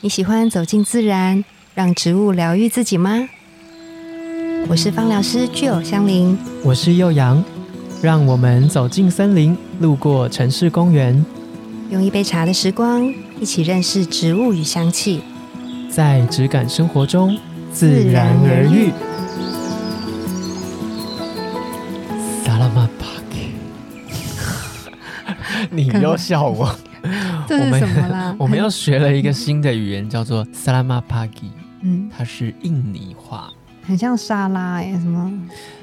你喜欢走进自然，让植物疗愈自己吗？我是芳疗师具有香林，我是幼阳，让我们走进森林，路过城市公园，用一杯茶的时光，一起认识植物与香气。在质感生活中自然而愈。萨拉玛巴克， 你又笑啊我。这是什么啦？ 我们又学了一个新的语言，叫做萨拉玛巴基， 嗯，它是印尼话，很像沙拉哎、什么？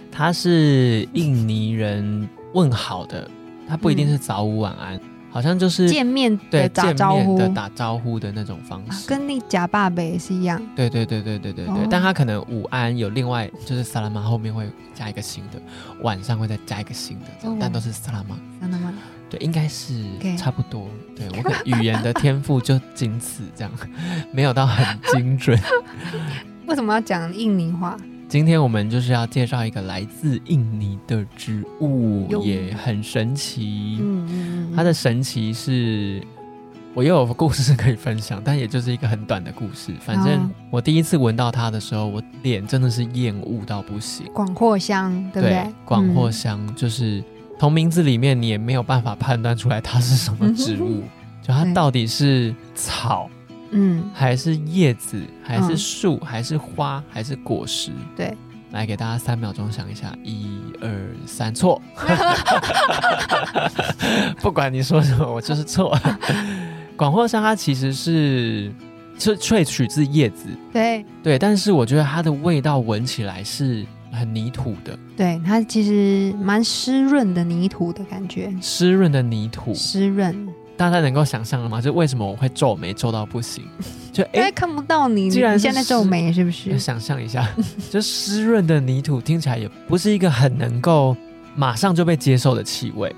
它是印尼人问好的，它不一定是早午晚安，好像就是见面对的打招见面呼，的打招呼的那种方啊式。跟你假爸北是一样。对对对对对对对，哦但他可能午安有另外就是萨拉玛后面会加一个新的，晚上会再加一个新的，这样哦但都是萨拉玛。真的吗？对，应该是 OK 差不多。对我可能语言的天赋就仅此这样，没有到很精准。为什么要讲印尼话？今天我们就是要介绍一个来自印尼的植物哟，也很神奇。嗯嗯嗯，它的神奇是，我又有故事可以分享，但也就是一个很短的故事。反正哦我第一次闻到它的时候，我脸真的是厌恶到不行。广藿香，对不对？广藿嗯香就是从名字里面你也没有办法判断出来它是什么植 物，就它对到底是草嗯，还是叶子，还是嗯树，还是花，还是果实？对。来给大家三秒钟想一下，一二三，错。 不管你说什么，我就是错。广藿香它其实是是萃取自叶子，对对，但是我觉得它的味道闻起来是很泥土的，对，它其实蛮湿润的泥土的感觉，湿润的泥土。湿润。大家能够想象了吗？就为什么我会皱眉皱到不行？就因哎为，看不到你，既然你是现在皱眉是不是？想象一下，就湿润的泥土听起来也不是一个很能够马上就被接受的气味。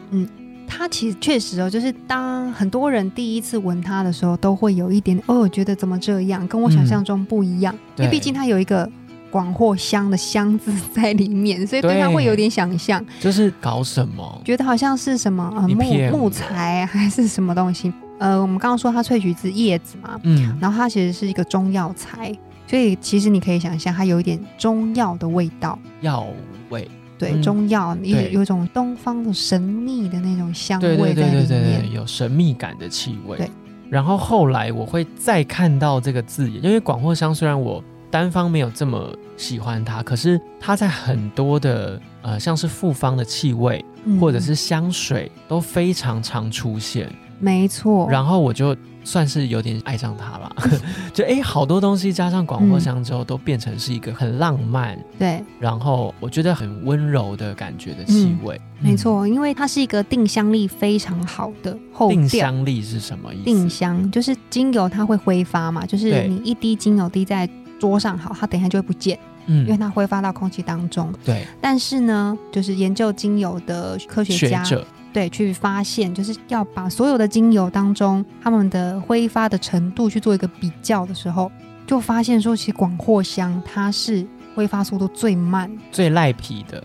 它其实确实哦，就是当很多人第一次闻它的时候，都会有一点哦，我觉得怎么这样，跟我想象中不一样。因嗯对为毕竟它有一个广藿香的香字在里面，所以对它对会有点想象，就是搞什么？觉得好像是什么呃你木骗我木材还是什么东西。呃，我们刚刚说它萃取自叶子嘛，嗯，然后它其实是一个中药材，所以其实你可以想象它有一点中药的味道，药味。对，嗯中药有对有一种东方的神秘的那种香对对味对在对对里对，面。有神秘感的气味。对然后后来我会再看到这个字眼，因为广藿香虽然我单方没有这么喜欢它，可是它在很多的呃像是复方的气味嗯或者是香水都非常常出现，嗯没错，然后我就算是有点爱上它了， 就哎好多东西加上广藿香之后都变成是一个很浪漫，对，然后我觉得很温柔的感觉的气味，没嗯错，因为它是一个定香力非常好的后嗯定调。香力是什么意思？定香就是精油，它会挥发嘛，就是对你一滴精油滴在桌上，好，它等一下就会不见，因为嗯，它挥发到空气当中。对，但是呢，就是研究精油的科学学家者，对，去发现就是要把所有的精油当中它们的挥发的程度去做一个比较的时候，就发现说，其实广藿香它是挥发速度最慢、最赖皮的，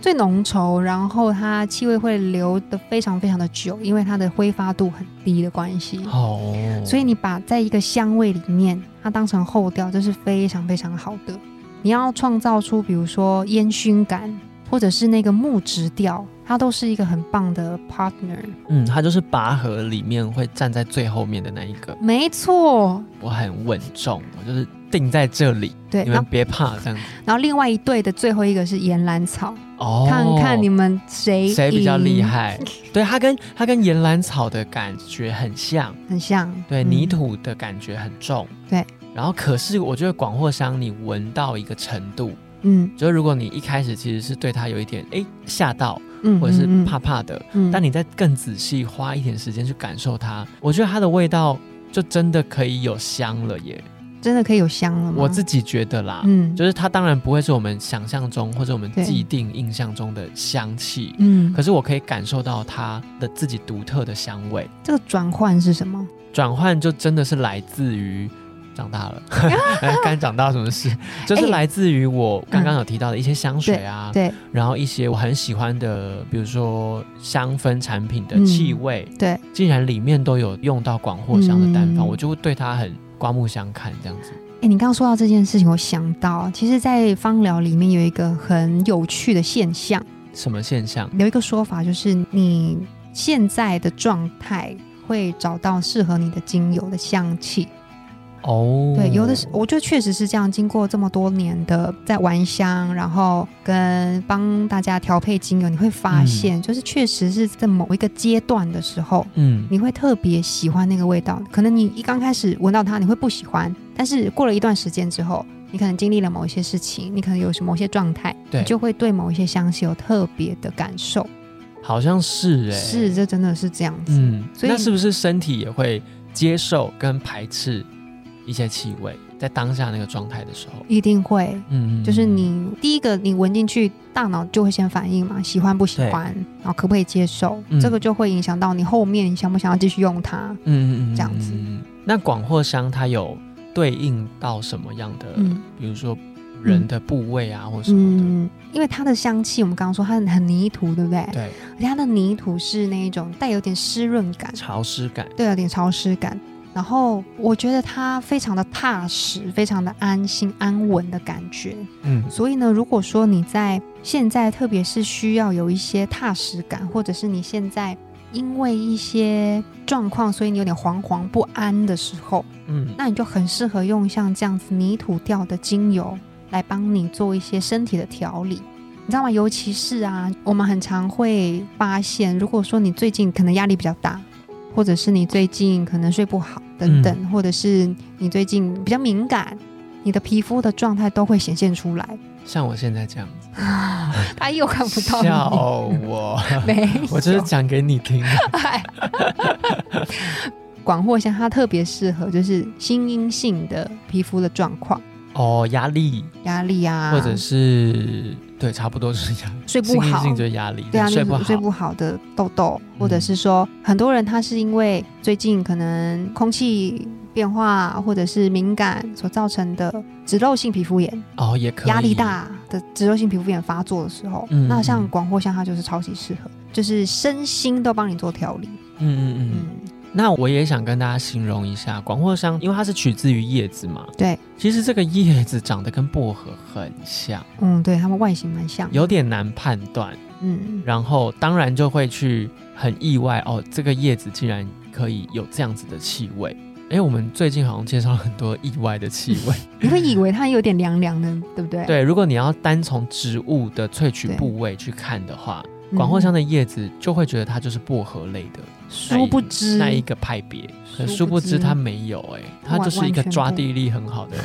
最浓稠，然后它气味会留的非常非常的久，因为它的挥发度很低的关系。哦，嗯所以你把在一个香味里面，它当成后调，这是非常非常好的。你要创造出，比如说烟熏感，或者是那个木质调，它都是一个很棒的 partner。嗯，它就是拔河里面会站在最后面的那一个，没错，我很稳重，我就是定在这里，对。你然们后，别怕这样子。然后另外一队的最后一个是岩兰草，哦，看看你们谁谁比较厉赢， 害。对，它跟它跟岩兰草的感觉很像，很像对，嗯泥土的感觉很重，对。然后可是我觉得广藿香，你闻到一个程度，嗯就是如果你一开始其实是对它有一点哎吓到，嗯，或者是嗯怕，怕的，嗯但你再更仔细花一点时间去感受它，我觉得它的味道就真的可以有香了耶！真的可以有香了吗？我自己觉得啦，嗯就是它当然不会是我们想象中或者我们对既定印象中的香气，嗯，可是我可以感受到它的自己独特的香味。这个转换是什么？转换就真的是来自于长大 了，哎干长大什么事？就是哎来自于我刚刚有提到的一些香水啊，对然后一些我很喜欢的，比如说香氛产品的气味，嗯对，竟然里面都有用到广藿香的单方，嗯我就会对它很刮目相看这样子。哎、你刚刚说到这件事情，我想到，啊其实，在芳疗里面有一个很有趣的现象，什么现象？有一个说法就是，你现在的状态会找到适合你的精油的香气。哦，对，有的是，我觉得确实是这样。经过这么多年的在玩香，然后跟帮大家调配精油，你会发嗯现，就是确实是在某一个阶段的时候，嗯，你会特别喜欢那个味道。可能你一刚开始闻到它，你会不喜欢，但是过了一段时间之后，你可能经历了某一些事情，你可能有什么某些状态，对你就会对某一些香气有特别的感受。好像是哎、是，，这真的是这样子。嗯，所以那是不是身体也会接受跟排斥一些气味，在当下那个状态的时候？一定会，嗯，嗯就是嗯你第一个你闻进去，大脑就会先反应嘛，喜欢不喜欢，然后可不可以接受，嗯这个就会影响到你后面想不想要继续用它。嗯嗯嗯这样子嗯嗯嗯那广藿香它有对应到什么样的？嗯比如说人的部位啊，或什么的。嗯，因为它的香气，我们刚刚说它很很泥土，对不对？对，而且它的泥土是那一种带有点湿润感，潮湿感。对，有点潮湿感。然后我觉得它非常的踏实，非常的安心安稳的感觉。嗯所以呢，如果说你在现在，特别是需要有一些踏实感，或者是你现在因为一些状况，所以你有点惶惶不安的时候，嗯，那你就很适合用像这样子泥土调的精油来帮你做一些身体的调理。你知道吗？尤其是啊，我们很常会发现，如果说你最近可能压力比较大，或者是你最近可能睡不好等等，或者是你最近比较敏感，你的皮肤的状态都会显现出来。像我现在这样子， 他又看不到笑你， 我， 没有，我就是讲给你听的。嗨 广藿香它特别适合就是心因性的皮肤的状况，哦，压力，压力啊，或者是对，差不多是压力，睡不心理好性就是压力，对啊，那睡不种好，睡不好的痘痘，嗯或者是说很多人他是因为最近可能空气变化或者是敏感所造成的脂漏性皮肤炎，哦，也可以压力，大的脂漏性皮肤炎发作的时候，嗯那像嗯广藿香它就是超级适合，就是身心都帮你做调理。嗯嗯嗯。嗯，那我也想跟大家形容一下广藿香，因为它是取自于叶子嘛。对，其实这个叶子长得跟薄荷很像，嗯，对，它们外形蛮像的。有点难判断。嗯，然后当然就会去很意外哦，这个叶子竟然可以有这样子的气味。哎，我们最近好像介绍了很多意外的气味。你会以为它有点凉凉的，对 不对？对，如果你要单从植物的萃取对部位去看的话，嗯，广藿香的叶子就会觉得它就是薄荷类的那一殊不知那一个派别，可殊殊不不知知它没有哎、它就是一完个完全抓地力很好的，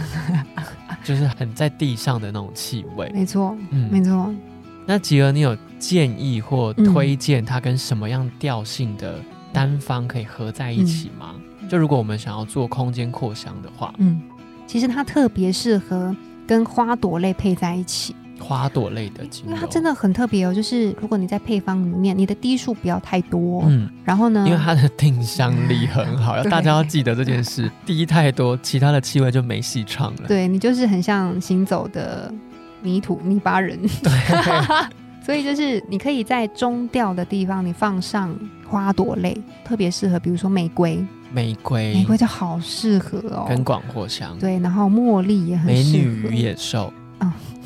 就是很在地上的那种气味。没错，没嗯，错。嗯那吉儿，你有建议或推荐它跟什么样调性的单方可以合在一起吗？就如果我们想要做空间扩香的话，嗯，其实它特别适合跟花朵类配在一起，花朵类的精因油，为它真的很特别哦。就是如果你在配方里面，你的滴数不要太多，嗯，然后呢，因为它的定香力很好，要嗯对大家要记得这件 事。滴太多，其他的气味就没戏唱了。对你就是很像行走的泥土泥巴人， 所以就是你可以在中调的地方，你放上花朵类，特别适合，比如说玫瑰，玫瑰，玫瑰就好适合哦。哎跟广藿香，对，然后茉莉也很美适女合。与野兽，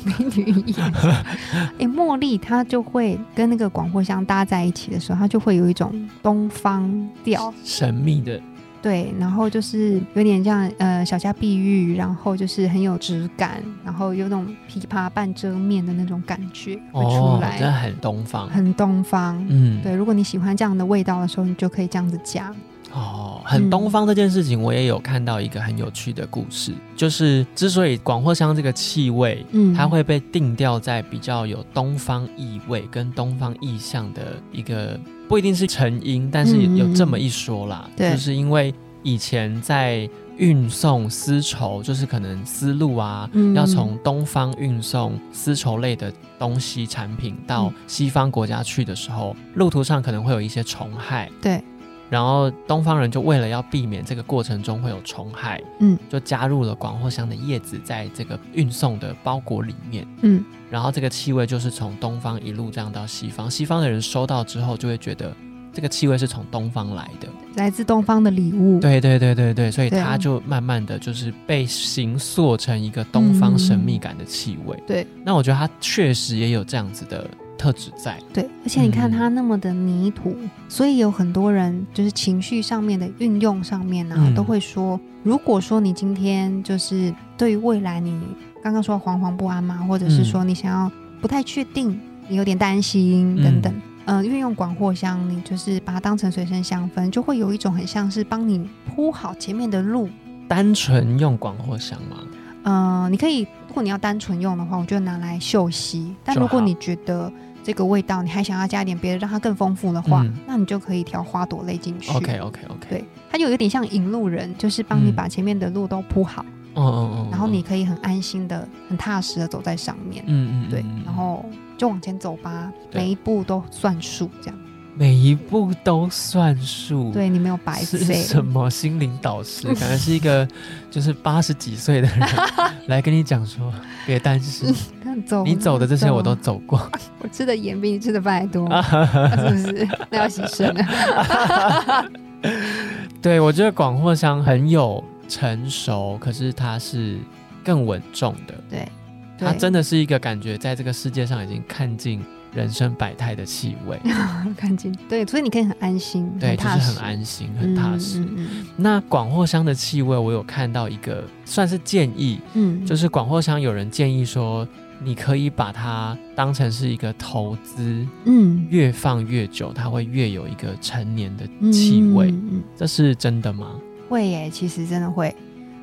美女一 样。哎、茉莉它就会跟那个广藿香搭在一起的时候，它就会有一种东方调，神秘的，对，然后就是有点像呃小家碧玉，然后就是很有质感，然后有那种琵琶半遮面的那种感觉会出来，真的很东方。很东方。哦嗯，对，如果你喜欢这样的味道的时候，你就可以这样子加。哦，很嗯东方这件事情，我也有看到一个很有趣的故事，就是之所以广藿香这个气味，嗯，它会被定调在比较有东方意味跟东方意象的一个，不一定是成因，但是嗯嗯有嗯这么一说啦，对就是因为以前在运送丝绸，就是可能丝路啊，嗯要从东方运送丝绸类的东西产品到嗯西方国家去的时候，路途上可能会有一些虫害，对，然后东方人就为了要避免这个过程中会有虫害，嗯，就加入了广藿香的叶子在这个运送的包裹里面，嗯，然后这个气味就是从东方一路这样到西方，西方的人收到之后就会觉得这个气味是从东方来的，来自东方的礼物，对对对对对，所以对它就慢慢的就是被形塑成一个东方神秘感的气味。嗯对，那我觉得它确实也有这样子的特质在。对，而且你看嗯它那么的泥土，所以有很多人就是情绪上面的运用上面啊，嗯都会说，如果说你今天就是对于未来你刚刚说惶惶不安嘛，或者是说你想要不太确定，你有点担心嗯等等。呃，运用广藿香，你就是把它当成随身香氛，就会有一种很像是帮你铺好前面的路。单纯用广藿香吗？呃，你可以，如果你要单纯用的话，我就拿来嗅吸。但就如果好你觉得这个味道你还想要加一点别的，让它更丰富的话，嗯那你就可以调花朵类进去。 OK OK OK，对，它就有点像引路人，就是帮你嗯把前面的路都铺好，嗯嗯嗯，然后你可以很安心的、很踏实的走在上面。嗯嗯嗯对嗯，然后就往前走吧，对每一步都算数，这样。每一步都算数。。对你没有白嗯是费。什么心灵导 师？感觉是一个就是八十几岁的人来跟你讲说，别 担心，那走，你走的这些我都走走过。我吃的盐比你吃的饭还 多，是不是？ 那要牺牲了。对，我觉得广藿香很有成熟，可是它是更稳重的。对，它对真的是一个感觉，在这个世界上已经看尽人生百态的气味。 干净，对，所以你可以很安心，对，就是踏实，很安心，很踏实。嗯嗯那广藿香的气味，我有看到一个算是建议，嗯，嗯就是广藿香有人建议说，你可以把它当成是一个投资，嗯越放越久，它会越有一个成年的气味。嗯嗯这是真的吗？嗯会耶，其实真的会。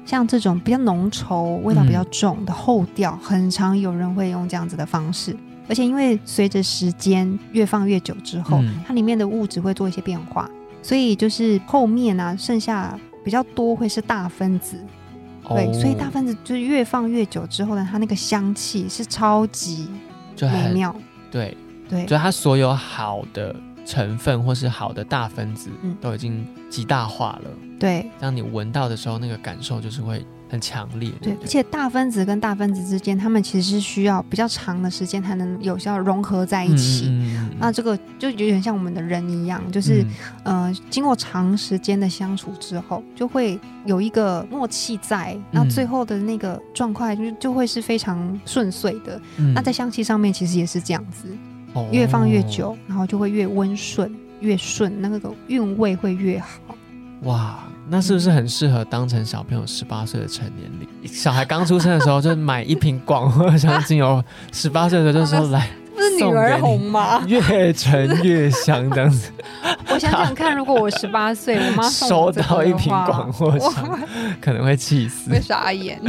像这种比较浓稠、味道比嗯较重的后调，很常有人会用这样子的方式。而且因为随着时间越放越久之后，嗯它里面的物质会做一些变化，所以就是后面啊，剩下比较多会是大分子。哦对，所以大分子就是越放越久之后呢，它那个香气是超级就美很妙。对，对，就它所有好的成分或是好的大分子嗯都已经极大化了，对，让你闻到的时候那个感受就是会很强烈。对，不而且大分子跟大分子之间，它们其实是需要比较长的时间才能有效融合在一起。嗯嗯嗯嗯那这个就有点像我们的人一样，就是、呃，经过长时间的相处之后，就会有一个默契在，嗯那最后的那个状况就就会是非常顺遂的。嗯哦那在香气上面其实也是这样子，越放越、久，然后就会越温顺，越顺，那个韵味会越好。哦哇。那是不是很适合当成小朋友十八岁的成年礼？小孩刚出生的时候就买一瓶广藿香精 油，十八岁的时候就说来不是女儿红吗？越沉越香这样子， 我想想看，如果我十八岁，我妈送收我这个的话到一瓶广藿香我可能会气死。会傻眼。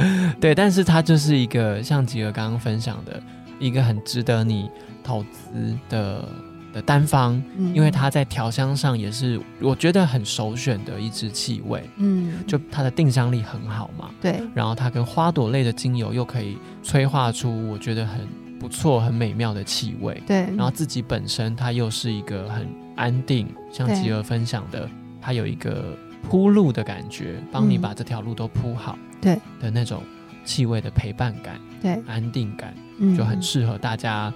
对，但是它就是一个像吉儿刚刚分享的一个很值得你投资的的单方， 嗯因为它在调香上也是我觉得很首选的一支气味，嗯，就它的定香力很好嘛，对，然后它跟花朵类的精油又可以催化出我觉得很不错、很美妙的气味，对，然后自己本身它又是一个很安定，像对吉儿分享的，它有一个铺路的感觉，帮你嗯把这条路都铺好，对的那种气味的陪伴感、对，安定感，嗯，就很适合大家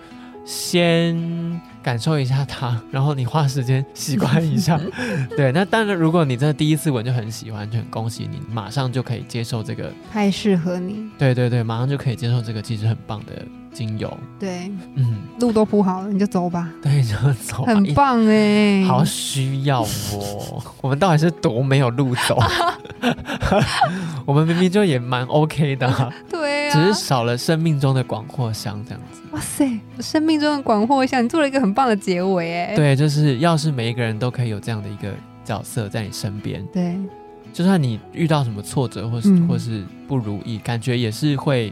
先感受一下它，然后你花时间习惯一 下。对，那当然，如果你真的第一次闻就很喜欢，就很恭喜你，马上就可以接受这个，太适合你。对对对，马上就可以接受这个，其实很棒的精油。对，嗯，路都铺好了，你就走吧，对，就走吧。很一棒哎。哦好需要哦！ 我们到底是多没有路走？ 我们明明就也蛮 OK 的啊、 对只啊是。少了生命中的广藿香这样子。哇塞，生命中的广藿香，你做了一个很棒的结尾哎。对，就是要是每一个人都可以有这样的一个角色在你身边，对就算你遇到什么挫折或是、嗯或是不如意，感觉也是会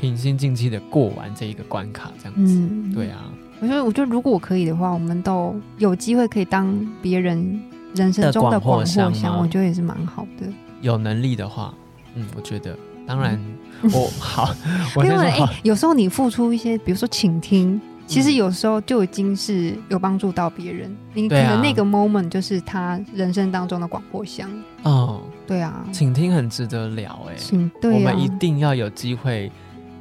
平心静气的过完这一个关卡这样子。嗯，对。啊，我觉得，我觉得如果我可以的话，我们都有机会可以当别人人生中的的广广藿藿香香，吗我觉得也是蛮好的。有能力的话，嗯，我觉得当然我、好，我嗯因先 为说哎、好。嗯有时候你付出一些，比如说倾听，其实有时候就已经是有帮助到别人。你可对啊能那个 moment 就是他人生当中的广藿香。嗯，对啊，请听很值得聊哎、请我对啊们，一定要有机会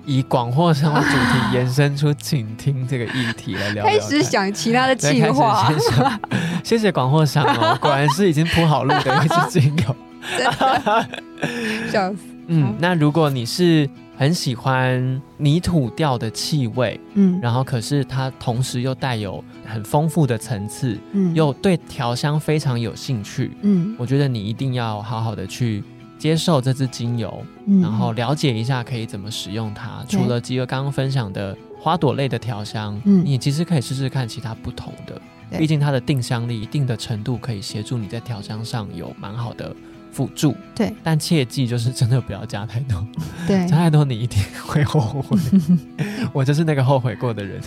以广藿香的主题延伸出请听这个议题来聊聊开看。始想其他的对计划开，始先想 谢谢广藿香哦，果然是已经铺好路的一支精 油。真的 笑死。好嗯，那如果你是很喜欢泥土调的气味，嗯然后可是它同时又带有很丰富的层次，嗯又对调香非常有兴趣，嗯我觉得你一定要好好的去接受这支精油，嗯，然后了解一下可以怎么使用它。对除了吉儿刚刚分享的花朵类的调香，嗯你其实可以试试看其他不同的，对毕竟它的定香力一定的程度可以协助你在调香上有蛮好的辅助。对，但切记就是真的不要加太多，对加太多你一定会后 悔。我就是那个后悔过的人。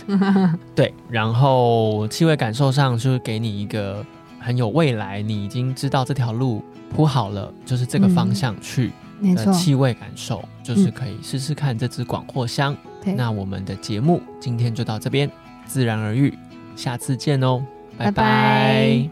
对，然后气味感受上就是给你一个很有未来，你已经知道这条路铺好了，就是嗯这个方向去。没的错，嗯气味感受，就是可以试试看这支广藿香。对那我们的节目今天就到这边，自然而愈，下次见哦，拜拜